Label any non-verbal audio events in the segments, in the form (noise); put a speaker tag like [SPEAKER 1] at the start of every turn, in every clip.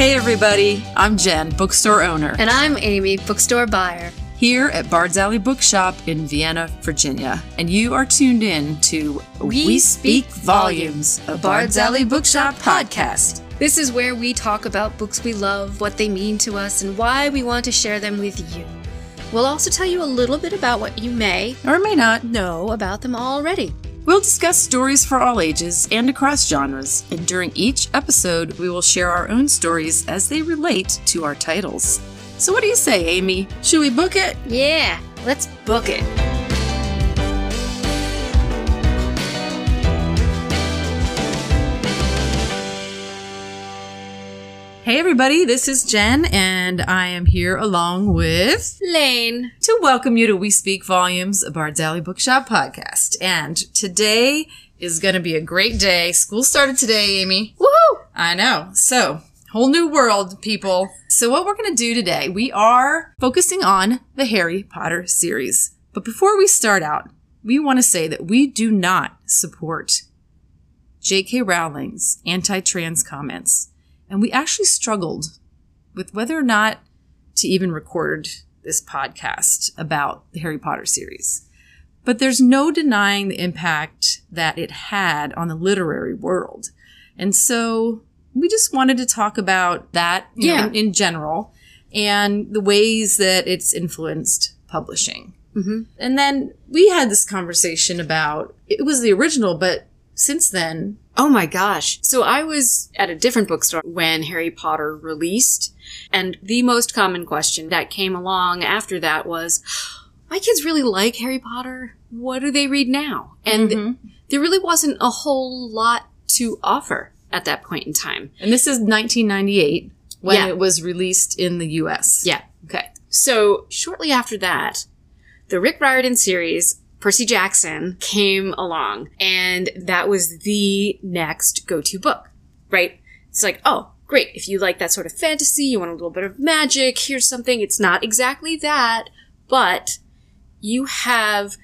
[SPEAKER 1] Hey, everybody. I'm Jen, bookstore owner,
[SPEAKER 2] And I'm Amy, bookstore buyer.
[SPEAKER 1] here at Bard's Alley Bookshop in Vienna, Virginia. And you are tuned in to
[SPEAKER 2] We Speak Volumes,
[SPEAKER 1] a Bard's Alley Bookshop podcast.
[SPEAKER 2] This is where we talk about books we love, what they mean to us, and why we want to share them with you. We'll also tell you a little bit about what you may
[SPEAKER 1] Or may not.
[SPEAKER 2] know about them already.
[SPEAKER 1] We'll discuss stories for all ages and across genres. And during each episode, we will share our own stories as they relate to our titles. So, what do you say, Amy? Should we book it?
[SPEAKER 2] Yeah, let's book it.
[SPEAKER 1] Hey, everybody, this is Jen, and I am here along with.
[SPEAKER 2] Lane.
[SPEAKER 1] to welcome you to We Speak Volumes, a Bard's Alley Bookshop podcast. And today is going to be a great day. School started today, Amy.
[SPEAKER 2] Woohoo!
[SPEAKER 1] I know. So, whole new world, people. So, what we're going to do today, we are focusing on the Harry Potter series. But before we start out, we want to say that we do not support J.K. Rowling's anti trans comments. And we actually struggled with whether or not to even record this podcast about the Harry Potter series. But there's no denying the impact that it had on the literary world. And so we just wanted to talk about that you know,
[SPEAKER 2] Yeah.
[SPEAKER 1] in, in general and the ways that it's influenced publishing.
[SPEAKER 2] Mm-hmm.
[SPEAKER 1] And then we had this conversation about it was the original, but since then,
[SPEAKER 3] Oh my gosh. So I was at a different bookstore when Harry Potter released, and the most common question that came along after that was, my kids really like Harry Potter. What do they read now? And
[SPEAKER 1] Mm-hmm.
[SPEAKER 3] there really wasn't a whole lot to offer at that point in time.
[SPEAKER 1] and this is 1998 when
[SPEAKER 3] Yeah.
[SPEAKER 1] it was released in the US.
[SPEAKER 3] Yeah.
[SPEAKER 1] Okay.
[SPEAKER 3] So shortly after that, the Rick Riordan series, Percy Jackson, came along, and that was the next go-to book, right? It's like, oh, great. If you like that sort of fantasy, you want a little bit of magic, here's something. It's not exactly that, but you have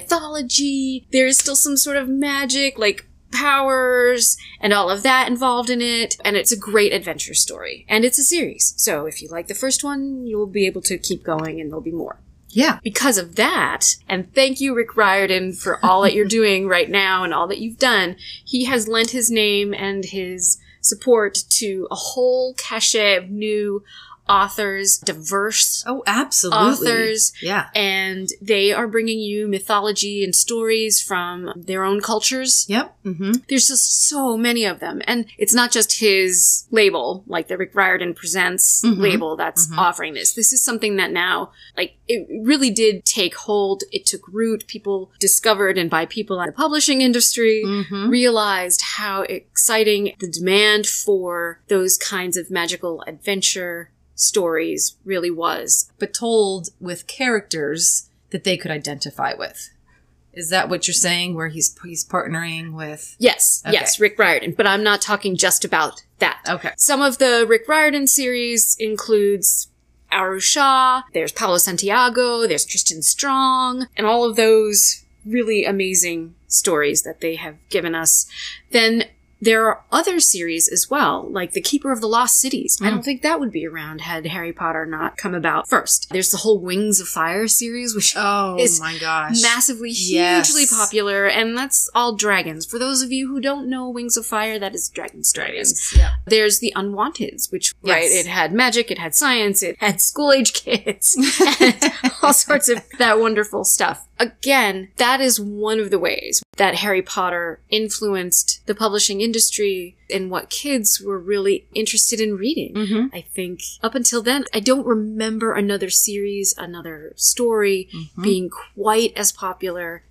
[SPEAKER 3] mythology. There is still some sort of magic, like powers and all of that involved in it. And it's a great adventure story. And it's a series. So if you like the first one, you'll be able to keep going and there'll be more.
[SPEAKER 1] Yeah.
[SPEAKER 3] Because of that, and thank you, Rick Riordan, for all that you're doing right now and all that you've done, he has lent his name and his support to a whole cachet of new authors, diverse
[SPEAKER 1] Oh, absolutely.
[SPEAKER 3] Authors.
[SPEAKER 1] Yeah.
[SPEAKER 3] and they are bringing you mythology and stories from their own cultures.
[SPEAKER 1] Yep. Mm-hmm.
[SPEAKER 3] There's just so many of them. And it's not just his label, like the Rick Riordan Presents
[SPEAKER 1] Mhm.
[SPEAKER 3] label that's offering this. This is something that now, like, it really did take hold. It took root. People discovered, and by people in the publishing industry,
[SPEAKER 1] Mm-hmm.
[SPEAKER 3] realized how exciting the demand for those kinds of magical adventure stories really was.
[SPEAKER 1] But told with characters that they could identify with. Is that what you're saying? Where he's he's partnering with?
[SPEAKER 3] Yes,
[SPEAKER 1] Okay.
[SPEAKER 3] yes, Rick Riordan. But I'm not talking just about that.
[SPEAKER 1] Okay.
[SPEAKER 3] Some of the Rick Riordan series includes Arusha, there's Paulo Santiago, there's Tristan Strong, and all of those really amazing stories that they have given us. Then there are other series as well, like The Keeper of the Lost Cities.
[SPEAKER 1] Hmm.
[SPEAKER 3] I don't think that would be around had Harry Potter not come about first. There's the whole Wings of Fire series, which
[SPEAKER 1] Oh
[SPEAKER 3] It's
[SPEAKER 1] my gosh.
[SPEAKER 3] massively hugely
[SPEAKER 1] Yes.
[SPEAKER 3] popular and that's all dragons for those of you who don't know wings of fire that is dragon stories
[SPEAKER 1] Yeah.
[SPEAKER 3] there's the unwanteds which
[SPEAKER 1] Yes.
[SPEAKER 3] right it had magic it had science it had school age
[SPEAKER 1] (laughs)
[SPEAKER 3] kids and all sorts of that wonderful stuff again that is one of the ways that harry potter influenced the publishing industry and what kids were really interested in reading
[SPEAKER 1] Mm-hmm.
[SPEAKER 3] I think up until then, I don't remember another series, another story
[SPEAKER 1] Mhm.
[SPEAKER 3] being quite as popular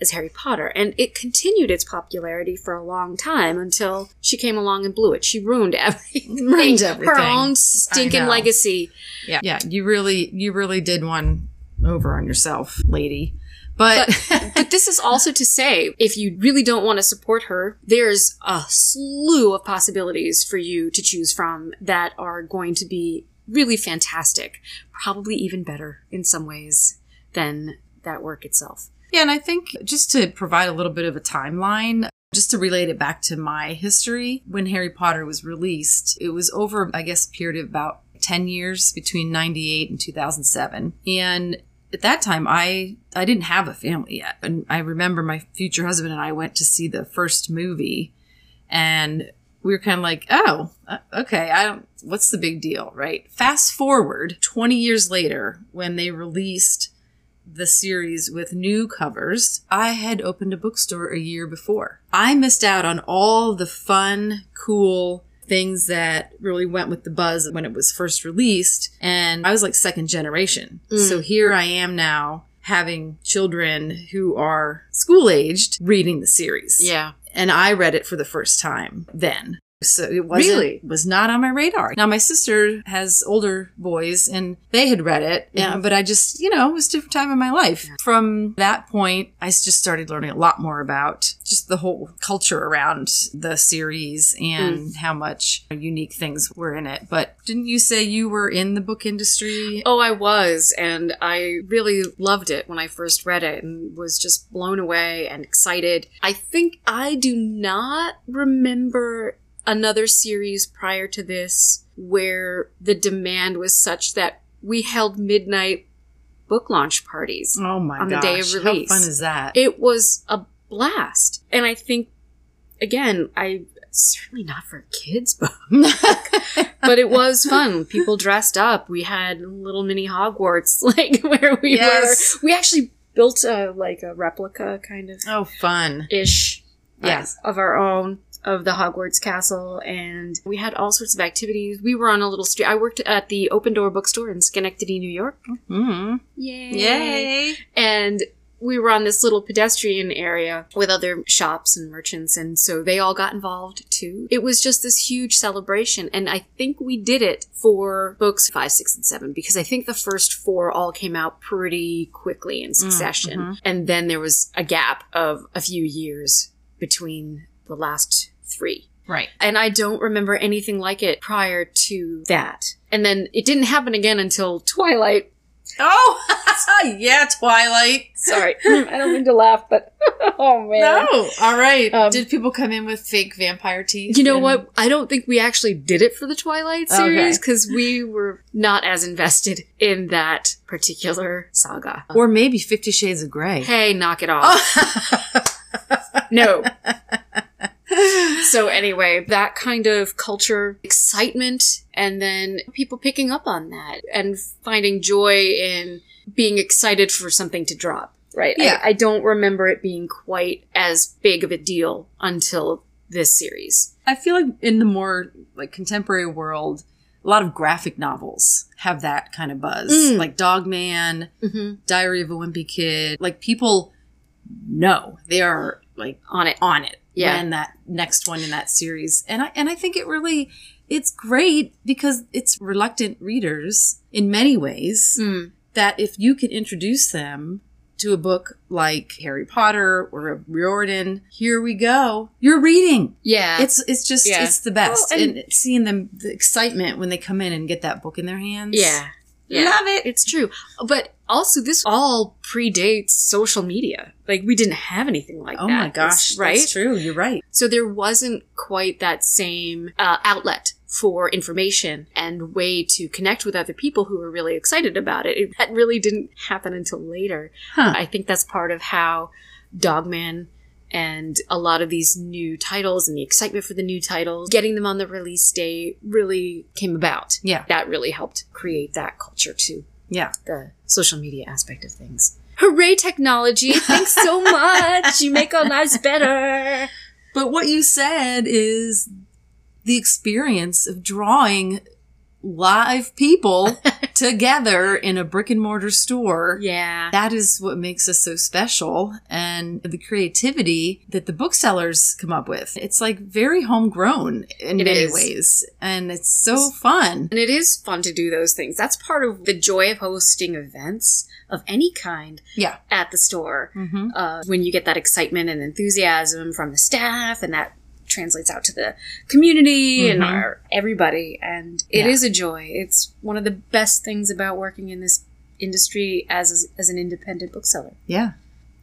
[SPEAKER 3] as Harry Potter. And it continued its popularity for a long time until she came along and blew it. She ruined (laughs) everything.
[SPEAKER 1] Ruined everything.
[SPEAKER 3] Her own stinking
[SPEAKER 1] know.
[SPEAKER 3] legacy.
[SPEAKER 1] Yeah. Yeah. You really you really did one over on yourself, lady. But, (laughs)
[SPEAKER 3] But this is also to say, if you really don't want to support her, there's a slew of possibilities for you to choose from that are going to be really fantastic. Probably even better in some ways than that work itself.
[SPEAKER 1] yeah, and I think just to provide a little bit of a timeline, Just to relate it back to my history, when Harry Potter was released, it was over, I guess, a period of about 10 years between 98 and 2007. And at that time, I, I didn't have a family yet. And I remember my future husband and I went to see the first movie and we were kind of like, oh, uh, okay, I don't, what's the big deal, right? Fast forward 20 years later when they released the series with new covers, I had opened a bookstore a year before. I missed out on all the fun, cool things that really went with the buzz when it was first released. And I was like second generation. So here I am now having children who are school aged reading the series
[SPEAKER 3] Yeah.
[SPEAKER 1] and I read it for the first time then. So it wasn't,
[SPEAKER 3] Really?
[SPEAKER 1] was not on my radar. Now my sister has older boys and they had read it, yeah. but I just, you know, it was a different time in my life. From that point, I s- just started learning a lot more about just the whole culture around the series and
[SPEAKER 3] Mm.
[SPEAKER 1] how much unique things were in it. But didn't you say you were in the book industry?
[SPEAKER 3] Oh, I was, and I really loved it when I first read it and was just blown away and excited. I think I do not remember another series prior to this where the demand was such that we held midnight book launch parties.
[SPEAKER 1] Oh my
[SPEAKER 3] On the
[SPEAKER 1] gosh.
[SPEAKER 3] day of release.
[SPEAKER 1] How fun is
[SPEAKER 3] (laughs)
[SPEAKER 1] that?
[SPEAKER 3] It was a blast. And I think, again, I certainly not for a kids book, but it was fun. People dressed up. We had little mini Hogwarts, (laughs) like where we
[SPEAKER 1] Yes.
[SPEAKER 3] were. We actually built a like a replica kind of
[SPEAKER 1] oh, fun.
[SPEAKER 3] ish,
[SPEAKER 1] Yes.
[SPEAKER 3] of our own of the Hogwarts castle, and we had all sorts of activities. We were on a little street. I worked at the Open Door bookstore in Schenectady, New York.
[SPEAKER 1] Mm.
[SPEAKER 3] Yay!
[SPEAKER 1] Yay.
[SPEAKER 3] and we were on this little pedestrian area with other shops and merchants and so they all got involved too it was just this huge celebration and i think we did it for books five six and seven because i think the first four all came out pretty quickly in succession and then there was a gap of a few years between the last three
[SPEAKER 1] Right.
[SPEAKER 3] and I don't remember anything like it prior to that. And then it didn't happen again until Twilight
[SPEAKER 1] Oh, (laughs) yeah, Twilight.
[SPEAKER 3] Sorry, (laughs) I don't mean to laugh, but (laughs) oh man.
[SPEAKER 1] No. All right.
[SPEAKER 3] Um,
[SPEAKER 1] Did people come in with fake vampire teeth?
[SPEAKER 3] You know
[SPEAKER 1] and-
[SPEAKER 3] what? I don't think we actually did it for the Twilight series
[SPEAKER 1] Okay.
[SPEAKER 3] because we were not as invested in that particular saga.
[SPEAKER 1] Or maybe Fifty Shades of (laughs) Grey.
[SPEAKER 3] Hey, knock it (laughs) off. no.
[SPEAKER 1] (laughs)
[SPEAKER 3] So anyway, that kind of culture excitement and then people picking up on that and finding joy in being excited for something to drop. Right. I-
[SPEAKER 1] Yeah.
[SPEAKER 3] I, don't remember it being quite as big of a deal until this series.
[SPEAKER 1] I feel like in the more like contemporary world, a lot of graphic novels have that kind of buzz,
[SPEAKER 3] Mm.
[SPEAKER 1] like Dog Man,
[SPEAKER 3] Mhm.
[SPEAKER 1] Diary of a Wimpy Kid. Like people know they are like
[SPEAKER 3] On it.
[SPEAKER 1] on it
[SPEAKER 3] Yeah.
[SPEAKER 1] when that next one in that series. And I and I think it really it's great because it's reluctant readers in many ways
[SPEAKER 3] Mm.
[SPEAKER 1] that if you can introduce them to a book like Harry Potter or a Riordan, here we go. You're reading.
[SPEAKER 3] Yeah.
[SPEAKER 1] It's it's just
[SPEAKER 3] Yeah.
[SPEAKER 1] it's the best.
[SPEAKER 3] Well, and-
[SPEAKER 1] and, seeing them the excitement when they come in and get that book in their hands.
[SPEAKER 3] yeah. Yeah.
[SPEAKER 1] Love it.
[SPEAKER 3] It's true. But also, this all predates social media. Like, we didn't have anything like
[SPEAKER 1] Oh
[SPEAKER 3] that.
[SPEAKER 1] my gosh,
[SPEAKER 3] Right?
[SPEAKER 1] That's true. You're right.
[SPEAKER 3] So there wasn't quite that same uh, outlet for information and way to connect with other people who were really excited about it. it that really didn't happen until later.
[SPEAKER 1] Huh.
[SPEAKER 3] I think that's part of how Dogman and a lot of these new titles and the excitement for the new titles, getting them on the release date really came about.
[SPEAKER 1] Yeah.
[SPEAKER 3] That really helped create that culture too
[SPEAKER 1] Yeah.
[SPEAKER 3] the social media aspect of things. Hooray, technology!
[SPEAKER 1] (laughs)
[SPEAKER 3] Thanks so much! You make our lives better!
[SPEAKER 1] But what you said is the experience of drawing live
[SPEAKER 3] (laughs)
[SPEAKER 1] people together in a brick and mortar store.
[SPEAKER 3] Yeah.
[SPEAKER 1] That is what makes us so special and the creativity that the booksellers come up with. It's like very homegrown in
[SPEAKER 3] It
[SPEAKER 1] many
[SPEAKER 3] is.
[SPEAKER 1] ways. And it's so fun.
[SPEAKER 3] And it is fun to do those things. That's part of the joy of hosting events of any kind
[SPEAKER 1] Yeah.
[SPEAKER 3] at the store.
[SPEAKER 1] Mm-hmm.
[SPEAKER 3] Uh, when you get that excitement and enthusiasm from the staff, and that translates out to the community and
[SPEAKER 1] Mhm.
[SPEAKER 3] our everybody. And it
[SPEAKER 1] Yeah.
[SPEAKER 3] is a joy. It's one of the best things about working in this industry as as an independent bookseller.
[SPEAKER 1] Yeah.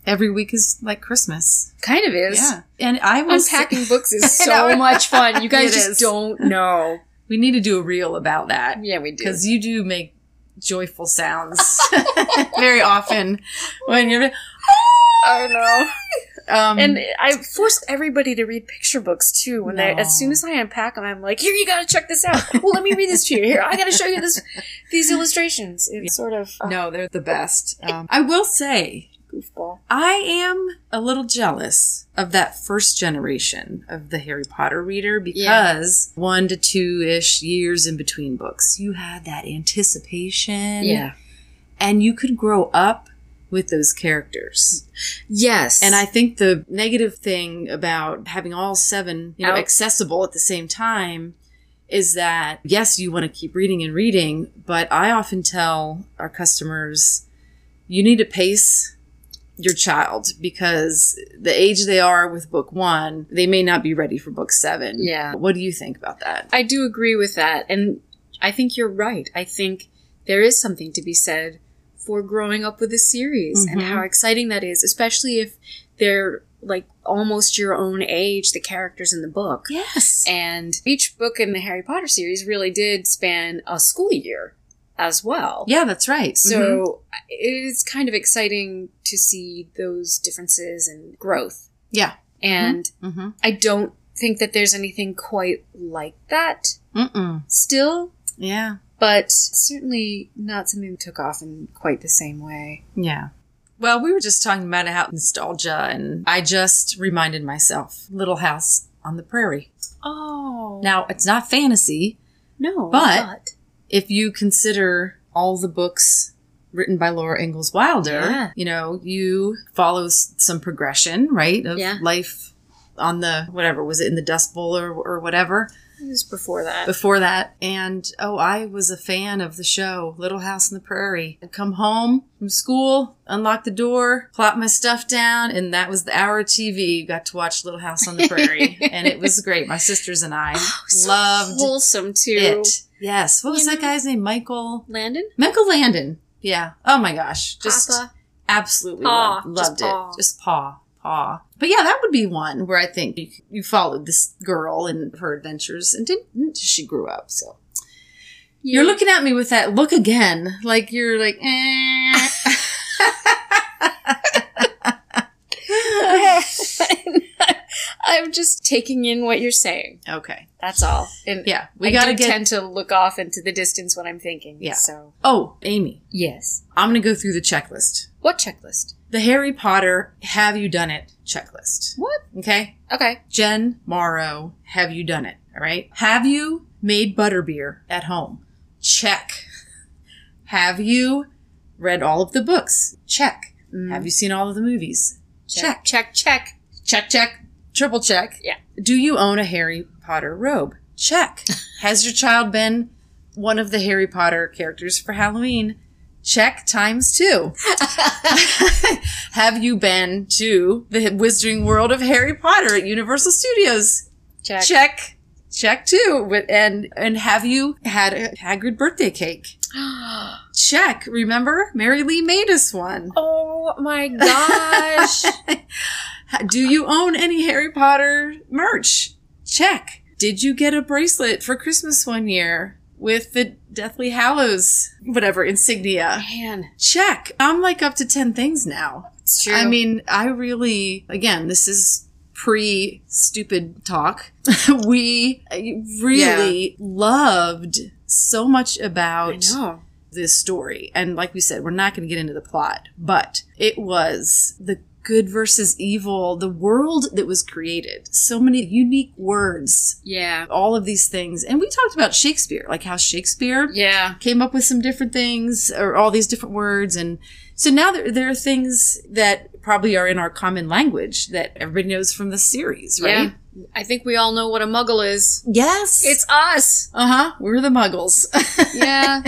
[SPEAKER 1] every week is like Christmas.
[SPEAKER 3] Kind of is.
[SPEAKER 1] Yeah. And I was
[SPEAKER 3] Unpacking books is
[SPEAKER 1] I know.
[SPEAKER 3] so much
[SPEAKER 1] (laughs)
[SPEAKER 3] fun. You guys
[SPEAKER 1] It
[SPEAKER 3] just
[SPEAKER 1] is.
[SPEAKER 3] don't know.
[SPEAKER 1] (laughs) we need to do a reel about that
[SPEAKER 3] Yeah, we do.
[SPEAKER 1] because you do make joyful sounds (laughs) very often when you're
[SPEAKER 3] (laughs) (laughs) I know.
[SPEAKER 1] um
[SPEAKER 3] And I force everybody to read picture books too. When they,
[SPEAKER 1] No.
[SPEAKER 3] as soon as I unpack them, I'm like, "Here, you got to check this out. Well, let me read this to you. Here, I got to show you this, these illustrations." It's sort of a
[SPEAKER 1] no they're the best um, i will say
[SPEAKER 3] goofball.
[SPEAKER 1] I am a little jealous of that first generation of the Harry Potter reader because one to two ish years in between books, you had that anticipation. And you could grow up with those characters.
[SPEAKER 3] Yes.
[SPEAKER 1] And I think the negative thing about having all seven, you know,
[SPEAKER 3] Out.
[SPEAKER 1] accessible at the same time is that yes, you want to keep reading and reading, but I often tell our customers you need to pace your child because the age they are with book 1, they may not be ready for book 7.
[SPEAKER 3] Yeah.
[SPEAKER 1] What do you think about that?
[SPEAKER 3] I do agree with that. And I think you're right. I think there is something to be said for growing up with a series and
[SPEAKER 1] Mhm.
[SPEAKER 3] how exciting that is, especially if they're like almost your own age, the characters in the book.
[SPEAKER 1] Yes.
[SPEAKER 3] And each book in the Harry Potter series really did span a school year as well.
[SPEAKER 1] yeah, that's right. Mhm.
[SPEAKER 3] So it's kind of exciting to see those differences and growth.
[SPEAKER 1] yeah.
[SPEAKER 3] And
[SPEAKER 1] Mhm.
[SPEAKER 3] I don't think that there's anything quite like that
[SPEAKER 1] Mm-mm.
[SPEAKER 3] still,
[SPEAKER 1] Yeah.
[SPEAKER 3] but certainly not something that took off in quite the same way.
[SPEAKER 1] Yeah. Well, we were just talking about how nostalgia, and I just reminded myself Little House on the Prairie.
[SPEAKER 3] Oh.
[SPEAKER 1] Now, it's not fantasy
[SPEAKER 3] no.
[SPEAKER 1] but- if you consider all the books written by Laura Ingalls Wilder.
[SPEAKER 3] Yeah.
[SPEAKER 1] You know, you follow s- some progression, right? Of
[SPEAKER 3] Yeah.
[SPEAKER 1] life on the whatever was it in the Dust Bowl or, or whatever
[SPEAKER 3] It was before that.
[SPEAKER 1] before that. And oh, I was a fan of the show Little House on the Prairie. I'd come home from school, unlock the door, plop my stuff down, and that was the hour of TV. Got to watch Little House on the
[SPEAKER 3] (laughs)
[SPEAKER 1] Prairie, and it was great. My sisters and I
[SPEAKER 3] Oh, So
[SPEAKER 1] loved
[SPEAKER 3] wholesome too.
[SPEAKER 1] it. Yes. What was
[SPEAKER 3] You
[SPEAKER 1] that
[SPEAKER 3] know?
[SPEAKER 1] guy's name? Michael.
[SPEAKER 3] Landon,
[SPEAKER 1] Michael Landon. Yeah. Oh my gosh. Just
[SPEAKER 3] Papa.
[SPEAKER 1] absolutely
[SPEAKER 3] Paw.
[SPEAKER 1] loved,
[SPEAKER 3] Just
[SPEAKER 1] loved
[SPEAKER 3] paw.
[SPEAKER 1] it. Just paw, paw. But yeah, that would be one where I think you, you followed this girl and her adventures, and didn't she grew up? So you're looking at me with that look again, like you're like, eh. (laughs)
[SPEAKER 3] (laughs) I'm just taking in what you're saying.
[SPEAKER 1] okay,
[SPEAKER 3] That's all. And
[SPEAKER 1] yeah,
[SPEAKER 3] we
[SPEAKER 1] we
[SPEAKER 3] I
[SPEAKER 1] gotta
[SPEAKER 3] do
[SPEAKER 1] get.
[SPEAKER 3] tend to look off into the distance when I'm thinking.
[SPEAKER 1] Yeah.
[SPEAKER 3] So
[SPEAKER 1] oh, Amy,
[SPEAKER 3] yes.
[SPEAKER 1] I'm gonna go through the checklist.
[SPEAKER 3] What checklist?
[SPEAKER 1] The Harry Potter Have You Done It checklist.
[SPEAKER 3] What?
[SPEAKER 1] Okay,
[SPEAKER 3] Okay.
[SPEAKER 1] Jen Morrow, have you done it? All right. Have you made butterbeer at home? Check. Have you read all of the books? Check.
[SPEAKER 3] Mm.
[SPEAKER 1] Have you seen all of the movies? Check.
[SPEAKER 3] Check. Check.
[SPEAKER 1] Check, check. Triple check.
[SPEAKER 3] Yeah.
[SPEAKER 1] Do you own a Harry Potter robe? Check. Has your child been one of the Harry Potter characters for Halloween? Check times two. Have you been to the Wizarding World of Harry Potter at Universal Studios?
[SPEAKER 3] Check.
[SPEAKER 1] check check too With- and and have you had a hagrid birthday cake check remember mary lee made us one
[SPEAKER 3] (gasps) oh
[SPEAKER 1] (laughs)
[SPEAKER 3] my gosh.
[SPEAKER 1] do you own any harry potter merch check did you get a bracelet for christmas one year with the deathly hallows whatever insignia
[SPEAKER 3] Man,
[SPEAKER 1] check i'm like up to 10 things now
[SPEAKER 3] it's true.
[SPEAKER 1] I mean, I really, again, this is pre stupid talk. (laughs) we uh, really loved so much
[SPEAKER 3] I
[SPEAKER 1] about
[SPEAKER 3] know.
[SPEAKER 1] this story. And like we said, we're not going to get into the plot, but it was the good versus evil, the world that was created, so many unique words,
[SPEAKER 3] Yeah.
[SPEAKER 1] all of these things. And we talked about Shakespeare, like how Shakespeare
[SPEAKER 3] Yeah.
[SPEAKER 1] came up with some different things or all these different words and so now there, there are things that probably are in our common language that everybody knows from the series right
[SPEAKER 3] Yeah. I think we all know what a muggle is.
[SPEAKER 1] yes
[SPEAKER 3] It's us.
[SPEAKER 1] uh-huh we're the muggles (laughs)
[SPEAKER 3] yeah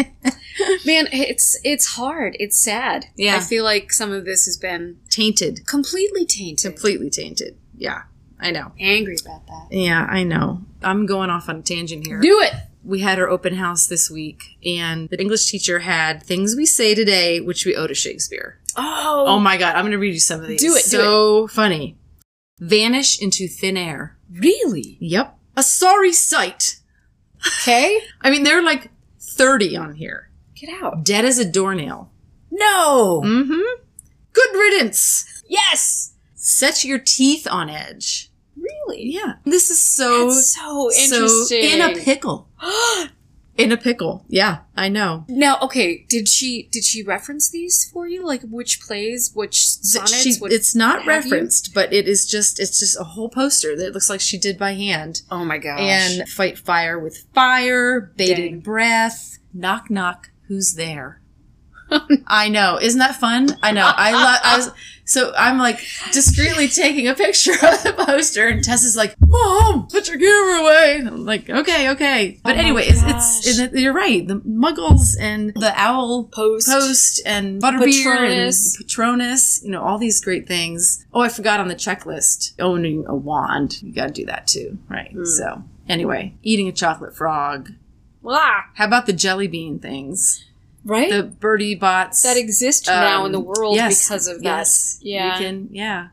[SPEAKER 3] man it's it's hard it's sad
[SPEAKER 1] Yeah.
[SPEAKER 3] i feel like some of this has been
[SPEAKER 1] tainted
[SPEAKER 3] completely tainted
[SPEAKER 1] completely tainted yeah i know
[SPEAKER 3] angry about that
[SPEAKER 1] yeah i know i'm going off on a tangent here
[SPEAKER 3] do it
[SPEAKER 1] we had our open house this week and the english teacher had things we say today which we owe to shakespeare
[SPEAKER 3] Oh,
[SPEAKER 1] Oh my god, I'm gonna read you some of these.
[SPEAKER 3] Do it, do
[SPEAKER 1] So funny. Vanish into thin air.
[SPEAKER 3] really?
[SPEAKER 1] Yep. A sorry sight.
[SPEAKER 3] Okay.
[SPEAKER 1] I mean, they're like 30 on here.
[SPEAKER 3] Get out.
[SPEAKER 1] Dead as a doornail.
[SPEAKER 3] No.
[SPEAKER 1] Mm-hmm. Good riddance.
[SPEAKER 3] Yes.
[SPEAKER 1] Set your teeth on edge.
[SPEAKER 3] Really?
[SPEAKER 1] Yeah. This is so
[SPEAKER 3] That's so
[SPEAKER 1] so
[SPEAKER 3] interesting.
[SPEAKER 1] in a pickle. (gasps) In a pickle. Yeah, I know.
[SPEAKER 3] now, okay. Did she did she reference these for you? Like which plays, which
[SPEAKER 1] Th-
[SPEAKER 3] sonnets?
[SPEAKER 1] she-
[SPEAKER 3] what-
[SPEAKER 1] it's not
[SPEAKER 3] have
[SPEAKER 1] referenced, but it is just it's just a whole poster that looks like she did by hand.
[SPEAKER 3] oh my gosh.
[SPEAKER 1] and fight fire with fire, bated
[SPEAKER 3] Dang.
[SPEAKER 1] breath, knock knock, who's
[SPEAKER 3] (laughs)
[SPEAKER 1] there? I know. Isn't that fun? I know. I love. I was so I'm like discreetly taking a picture of the poster, and Tess is like, "Mom, put your camera away." And I'm like, "Okay, okay." But
[SPEAKER 3] Oh my
[SPEAKER 1] anyway, it's, it's
[SPEAKER 3] gosh.
[SPEAKER 1] it, you're right. The Muggles and the owl
[SPEAKER 3] post.
[SPEAKER 1] Post and Butterbeer
[SPEAKER 3] Patronus.
[SPEAKER 1] and Patronus, you know, all these great things. Oh, I forgot on the checklist owning a wand. You got to do that too, right?
[SPEAKER 3] Hmm.
[SPEAKER 1] So, anyway, eating a chocolate frog.
[SPEAKER 3] Ah,
[SPEAKER 1] How about the jelly bean things?
[SPEAKER 3] right.
[SPEAKER 1] The birdie bots
[SPEAKER 3] that exist now
[SPEAKER 1] um,
[SPEAKER 3] in the world
[SPEAKER 1] yes,
[SPEAKER 3] because of that.
[SPEAKER 1] Yes,
[SPEAKER 3] Yeah.
[SPEAKER 1] we can. Yeah,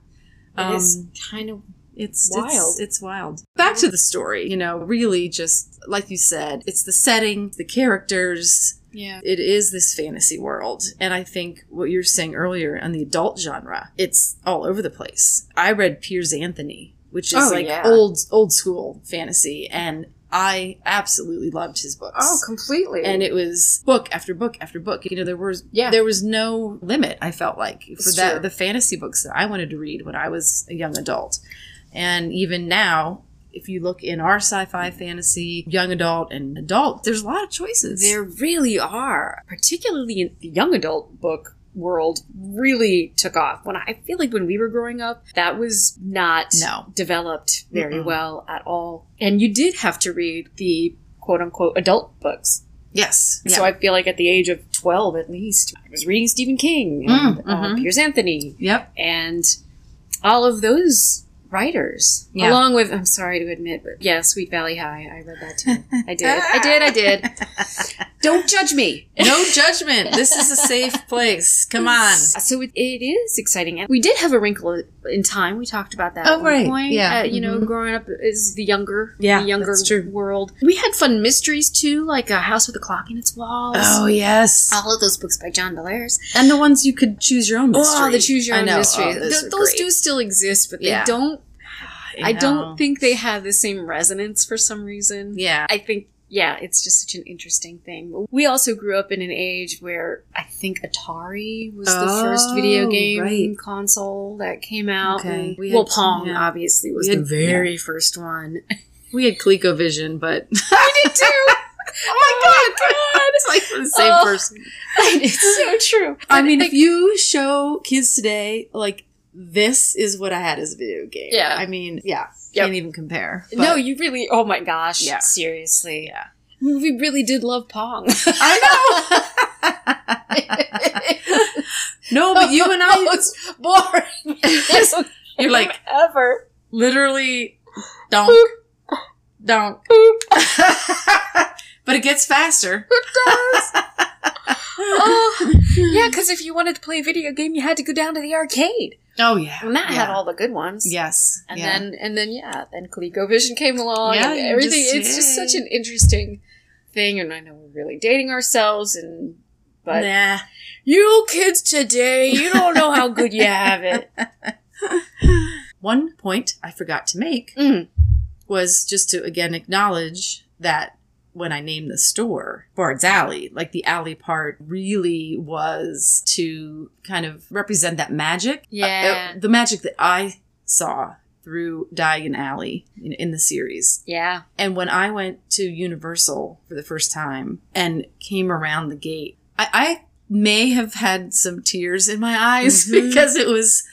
[SPEAKER 3] It is
[SPEAKER 1] Um,
[SPEAKER 3] kind of
[SPEAKER 1] it's
[SPEAKER 3] Wild.
[SPEAKER 1] It's, it's wild. Back to the story. You know, really, just like you said, it's the setting, the characters,
[SPEAKER 3] yeah.
[SPEAKER 1] it is this fantasy world. And I think what you were saying earlier on the adult genre, it's all over the place. I read Piers Anthony, which is
[SPEAKER 3] Oh,
[SPEAKER 1] like
[SPEAKER 3] yeah.
[SPEAKER 1] old old school fantasy, and I absolutely loved his books.
[SPEAKER 3] Oh, completely.
[SPEAKER 1] and it was book after book after book. You know, there was
[SPEAKER 3] Yeah.
[SPEAKER 1] there was no limit. I felt like for
[SPEAKER 3] It's
[SPEAKER 1] that
[SPEAKER 3] true.
[SPEAKER 1] the fantasy books that I wanted to read when I was a young adult, and even now, if you look in our sci-fi, fantasy, young adult, and adult, there's a lot of choices.
[SPEAKER 3] There really are, particularly in the young adult book world, really took off. When I I feel like when we were growing up, that was not
[SPEAKER 1] No.
[SPEAKER 3] developed very
[SPEAKER 1] Mm-mm.
[SPEAKER 3] well at all. And you did have to read the quote unquote adult books.
[SPEAKER 1] Yes.
[SPEAKER 3] So I feel like at the age of 12 at least, I was reading Stephen King and
[SPEAKER 1] Mm,
[SPEAKER 3] uh,
[SPEAKER 1] mhm.
[SPEAKER 3] Piers Anthony
[SPEAKER 1] Yep.
[SPEAKER 3] and all of those writers
[SPEAKER 1] Yeah.
[SPEAKER 3] along with i'm sorry to admit but yeah sweet valley high i read that too i did i did i did (laughs) don't judge me
[SPEAKER 1] No judgment. This is a safe place. Come on.
[SPEAKER 3] So it, it is exciting. And we did have a wrinkle in time. We talked about that.
[SPEAKER 1] Oh,
[SPEAKER 3] at one
[SPEAKER 1] right.
[SPEAKER 3] Point.
[SPEAKER 1] Yeah.
[SPEAKER 3] Uh, you know,
[SPEAKER 1] Mhm.
[SPEAKER 3] growing up is the younger,
[SPEAKER 1] Yeah,
[SPEAKER 3] the younger
[SPEAKER 1] that's true.
[SPEAKER 3] world. We had fun mysteries too, like a house with a clock in its walls.
[SPEAKER 1] Oh, yes.
[SPEAKER 3] All of those books by John Belair's.
[SPEAKER 1] And the ones you could choose your own mystery.
[SPEAKER 3] Oh, the choose your
[SPEAKER 1] I
[SPEAKER 3] own
[SPEAKER 1] know.
[SPEAKER 3] mystery.
[SPEAKER 1] Oh, those
[SPEAKER 3] Th-
[SPEAKER 1] are
[SPEAKER 3] those
[SPEAKER 1] great.
[SPEAKER 3] do still exist, but they
[SPEAKER 1] Yeah.
[SPEAKER 3] don't. I
[SPEAKER 1] know.
[SPEAKER 3] don't think they have the same resonance for some reason.
[SPEAKER 1] Yeah.
[SPEAKER 3] I think, yeah, it's just such an interesting thing. We also grew up in an age where I think Atari was the first
[SPEAKER 1] Oh,
[SPEAKER 3] video game
[SPEAKER 1] right.
[SPEAKER 3] console that came out.
[SPEAKER 1] Okay.
[SPEAKER 3] And-
[SPEAKER 1] We had-
[SPEAKER 3] well, Pong
[SPEAKER 1] yeah.
[SPEAKER 3] obviously was
[SPEAKER 1] We
[SPEAKER 3] the
[SPEAKER 1] had-
[SPEAKER 3] very first (laughs) one.
[SPEAKER 1] (laughs) We had ColecoVision, but
[SPEAKER 3] I did too. oh my god!
[SPEAKER 1] it's like the same
[SPEAKER 3] Oh.
[SPEAKER 1] person.
[SPEAKER 3] (laughs) it's so true.
[SPEAKER 1] (laughs) I mean, if you show kids today, like, this is what I had as a video game.
[SPEAKER 3] Yeah.
[SPEAKER 1] I mean, yeah.
[SPEAKER 3] Yep.
[SPEAKER 1] Can't even compare.
[SPEAKER 3] no,
[SPEAKER 1] But-
[SPEAKER 3] you really. Oh my gosh!
[SPEAKER 1] Yeah.
[SPEAKER 3] Seriously.
[SPEAKER 1] Yeah.
[SPEAKER 3] I mean, we really did
[SPEAKER 1] (laughs)
[SPEAKER 3] love Pong.
[SPEAKER 1] (laughs)
[SPEAKER 3] (laughs)
[SPEAKER 1] I know. no, but you and I,
[SPEAKER 3] it's boring.
[SPEAKER 1] You're like-
[SPEAKER 3] ever.
[SPEAKER 1] (laughs) literally donk donk (laughs) but it gets faster
[SPEAKER 3] Oh, yeah, because if you wanted to play a video game, you had to go down to the arcade,
[SPEAKER 1] oh yeah
[SPEAKER 3] and that
[SPEAKER 1] yeah.
[SPEAKER 3] had all the good ones.
[SPEAKER 1] yes
[SPEAKER 3] And
[SPEAKER 1] yeah.
[SPEAKER 3] then, and then, yeah, then ColecoVision came along,
[SPEAKER 1] Yeah,
[SPEAKER 3] and
[SPEAKER 1] you
[SPEAKER 3] everything.
[SPEAKER 1] just-
[SPEAKER 3] it's just
[SPEAKER 1] yeah.
[SPEAKER 3] such an interesting thing, and I know we're really dating ourselves, and but
[SPEAKER 1] nah
[SPEAKER 3] you kids today, you don't know how good you have
[SPEAKER 1] (laughs)
[SPEAKER 3] it.
[SPEAKER 1] one point i forgot to make
[SPEAKER 3] Mm.
[SPEAKER 1] was just to again acknowledge that when I named the store Bard's Alley, like the alley part really was to kind of represent that magic.
[SPEAKER 3] Yeah.
[SPEAKER 1] Uh, uh, the magic that I saw through Diagon Alley in, in the series.
[SPEAKER 3] Yeah,
[SPEAKER 1] And when I went to Universal for the first time and came around the gate, I, I may have had some tears in my eyes (laughs)
[SPEAKER 3] Mhm.
[SPEAKER 1] because it was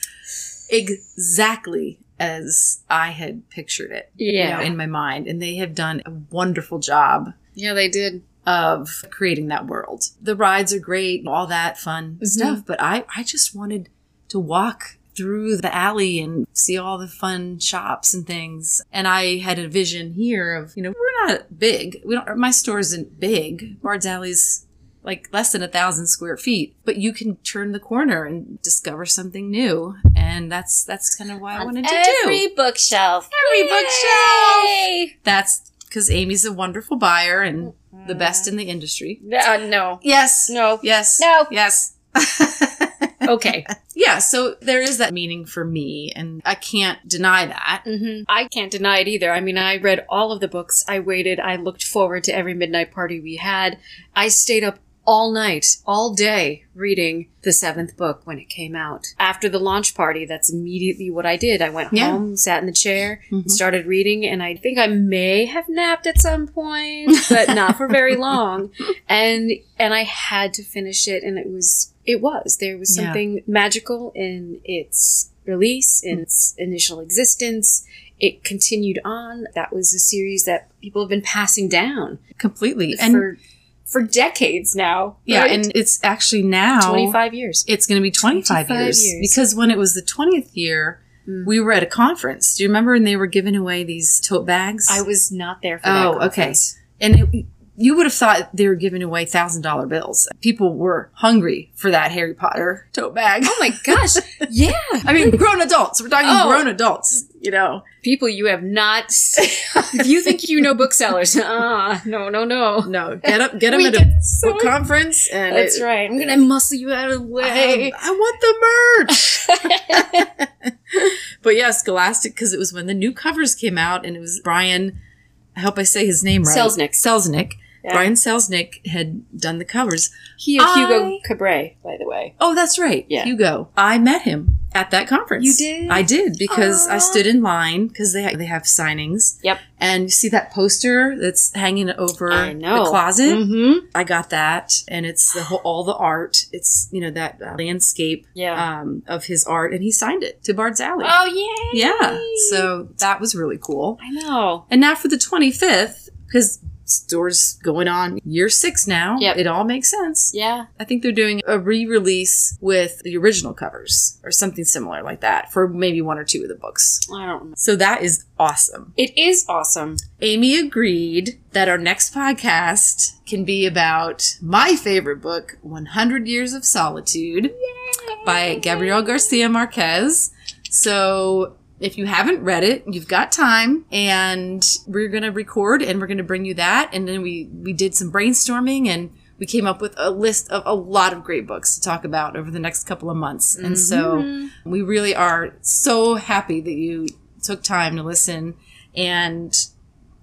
[SPEAKER 1] exactly as I had pictured it you
[SPEAKER 3] yeah,
[SPEAKER 1] know, in my mind. And they have done a wonderful job
[SPEAKER 3] yeah. They did.
[SPEAKER 1] of creating that world. The rides are great, all that fun stuff, but I, I just wanted to walk through the alley and see all the fun shops and things. And I had a vision here of, you know, we're not big. We don't my store isn't big. Bard's Alley's like less than a thousand square feet, but you can turn the corner and discover something new. And that's that's kind of why I wanted to
[SPEAKER 2] Every
[SPEAKER 1] do
[SPEAKER 2] bookshelf.
[SPEAKER 1] every bookshelf.
[SPEAKER 2] Yay!
[SPEAKER 1] That's because Amy's a wonderful buyer and the best in the industry.
[SPEAKER 2] Uh, no.
[SPEAKER 1] Yes.
[SPEAKER 2] No.
[SPEAKER 1] Yes.
[SPEAKER 2] No.
[SPEAKER 1] Yes. (laughs)
[SPEAKER 2] Okay.
[SPEAKER 1] yeah, so there is that meaning for me, and I can't deny that.
[SPEAKER 2] mm-hmm.
[SPEAKER 3] I can't deny it either. I mean, I read all of the books. I waited. I looked forward to every midnight party we had. I stayed up all night, all day, reading the seventh book when it came out. After the launch party, that's immediately what I did. I went
[SPEAKER 1] Yeah.
[SPEAKER 3] home, sat in the chair,
[SPEAKER 1] Mhm.
[SPEAKER 3] and started reading. And I think I may have napped at some point, but not for very long. And and I had to finish it, and it was it was there was
[SPEAKER 1] Yeah.
[SPEAKER 3] something magical in its release,
[SPEAKER 1] Mm.
[SPEAKER 3] in its initial existence. It continued on. That was a series that people have been passing down
[SPEAKER 1] Completely. And
[SPEAKER 3] for for decades now.
[SPEAKER 1] yeah,
[SPEAKER 3] right?
[SPEAKER 1] and it's actually now
[SPEAKER 3] 25 years.
[SPEAKER 1] it's going to be 25,
[SPEAKER 3] 25
[SPEAKER 1] years,
[SPEAKER 3] years.
[SPEAKER 1] because when it was the 20th year,
[SPEAKER 3] Mm.
[SPEAKER 1] we were at a conference. Do you remember? And they were giving away these tote bags.
[SPEAKER 3] I was not there for that.
[SPEAKER 1] oh, okay.
[SPEAKER 3] conference.
[SPEAKER 1] And it, you would have thought they were giving away thousand dollar bills. People were hungry for that Harry Potter tote bag.
[SPEAKER 3] Oh my
[SPEAKER 1] (laughs)
[SPEAKER 3] gosh. yeah.
[SPEAKER 1] I mean, grown adults. We're talking
[SPEAKER 3] Oh.
[SPEAKER 1] grown adults. You know.
[SPEAKER 3] People you have not
[SPEAKER 1] (laughs)
[SPEAKER 3] If you think you know booksellers. Ah, no, no, no.
[SPEAKER 1] No, get up, get them
[SPEAKER 3] We
[SPEAKER 1] at a
[SPEAKER 3] get so-
[SPEAKER 1] book conference, and
[SPEAKER 3] That's
[SPEAKER 1] it-
[SPEAKER 3] right. I'm going to muscle you out of
[SPEAKER 1] I,
[SPEAKER 3] the way.
[SPEAKER 1] I want the merch.
[SPEAKER 3] (laughs) Um,
[SPEAKER 1] (laughs) but yeah, Scholastic because it was when the new covers came out, and it was Brian. I hope I say his name right.
[SPEAKER 3] Selznick.
[SPEAKER 1] Selznick.
[SPEAKER 3] Yeah.
[SPEAKER 1] Brian Selznick had done the covers.
[SPEAKER 3] He and
[SPEAKER 1] I-
[SPEAKER 3] Hugo Cabret, by the way.
[SPEAKER 1] Oh, that's right.
[SPEAKER 3] Yeah.
[SPEAKER 1] Hugo. I met him at that conference.
[SPEAKER 3] You did?
[SPEAKER 1] I did because I
[SPEAKER 3] Aw.
[SPEAKER 1] stood in line because they they have signings.
[SPEAKER 3] Yep.
[SPEAKER 1] And you see that poster that's hanging over
[SPEAKER 3] I know.
[SPEAKER 1] the closet?
[SPEAKER 3] Mm-hmm.
[SPEAKER 1] I got that, and it's the whole, all the art. It's you know that uh, landscape
[SPEAKER 3] Yeah.
[SPEAKER 1] um, of his art, and he signed it to Bard's Alley.
[SPEAKER 3] oh, yay.
[SPEAKER 1] yeah, so that was really cool.
[SPEAKER 3] I know.
[SPEAKER 1] And now for the twenty fifth, because stores going on year six now.
[SPEAKER 3] Yep.
[SPEAKER 1] it all makes sense.
[SPEAKER 3] Yeah.
[SPEAKER 1] I think they're doing a re release with the original covers or something similar like that for maybe one or two of the books.
[SPEAKER 3] I don't know.
[SPEAKER 1] So that is awesome.
[SPEAKER 3] It is awesome.
[SPEAKER 1] Amy agreed that our next podcast can be about my favorite book, 100 Years of Solitude by Gabriel Garcia Marquez. So if you haven't read it, you've got time and we're going to record and we're going to bring you that. And then we, we did some brainstorming and we came up with a list of a lot of great books to talk about over the next couple of months. And so we really are so happy that you took time to listen. And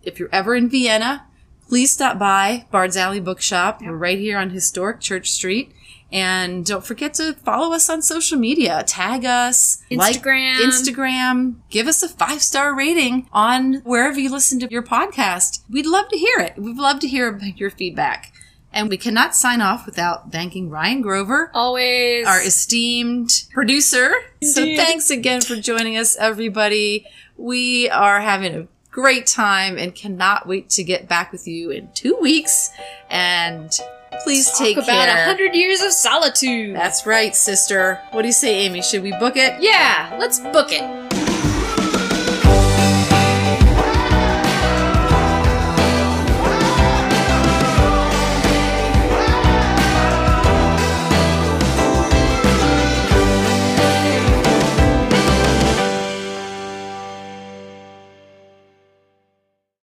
[SPEAKER 1] if you're ever in Vienna, please stop by Bard's Alley Bookshop. We're right here on historic Church Street. And don't forget to follow us on social media. Tag us, like
[SPEAKER 3] Instagram.
[SPEAKER 1] Instagram. Give us a five star rating on wherever you listen to your podcast. We'd love to hear it. We'd love to hear your feedback. And we cannot sign off without thanking Ryan Grover,
[SPEAKER 3] Always.
[SPEAKER 1] our esteemed producer. So
[SPEAKER 3] Indeed.
[SPEAKER 1] thanks again for joining us, everybody. We are having a great time and cannot wait to get back with you in two weeks. And please take
[SPEAKER 3] Talk about
[SPEAKER 1] care.
[SPEAKER 3] a hundred years of solitude.
[SPEAKER 1] That's right, sister. What do you say, Amy? Should we book it?
[SPEAKER 3] yeah, let's book it.